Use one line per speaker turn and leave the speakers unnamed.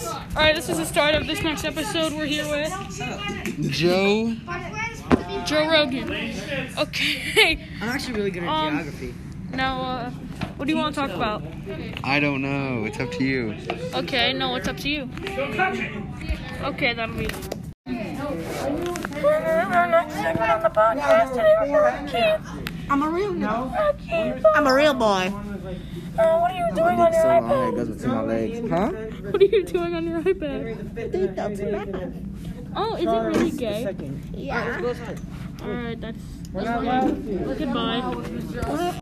All right, this is the start of this next episode. We're here with
Joe.
Joe Rogan. Okay,
I'm actually really good at
Um,
geography.
now uh, what do you want to talk about?
I don't know. It's up to you.
Okay, no, it's up to you. Okay, that'll be.
Our next segment on the podcast today, we're going to kids.
I'm a real no.
Okay,
I'm a real boy.
uh, what are you doing on your iPad?
goes between my legs. Huh?
What are you doing on your iPad? Oh, is it really gay?
Yeah.
All right, that's. that's fine. Well, Goodbye.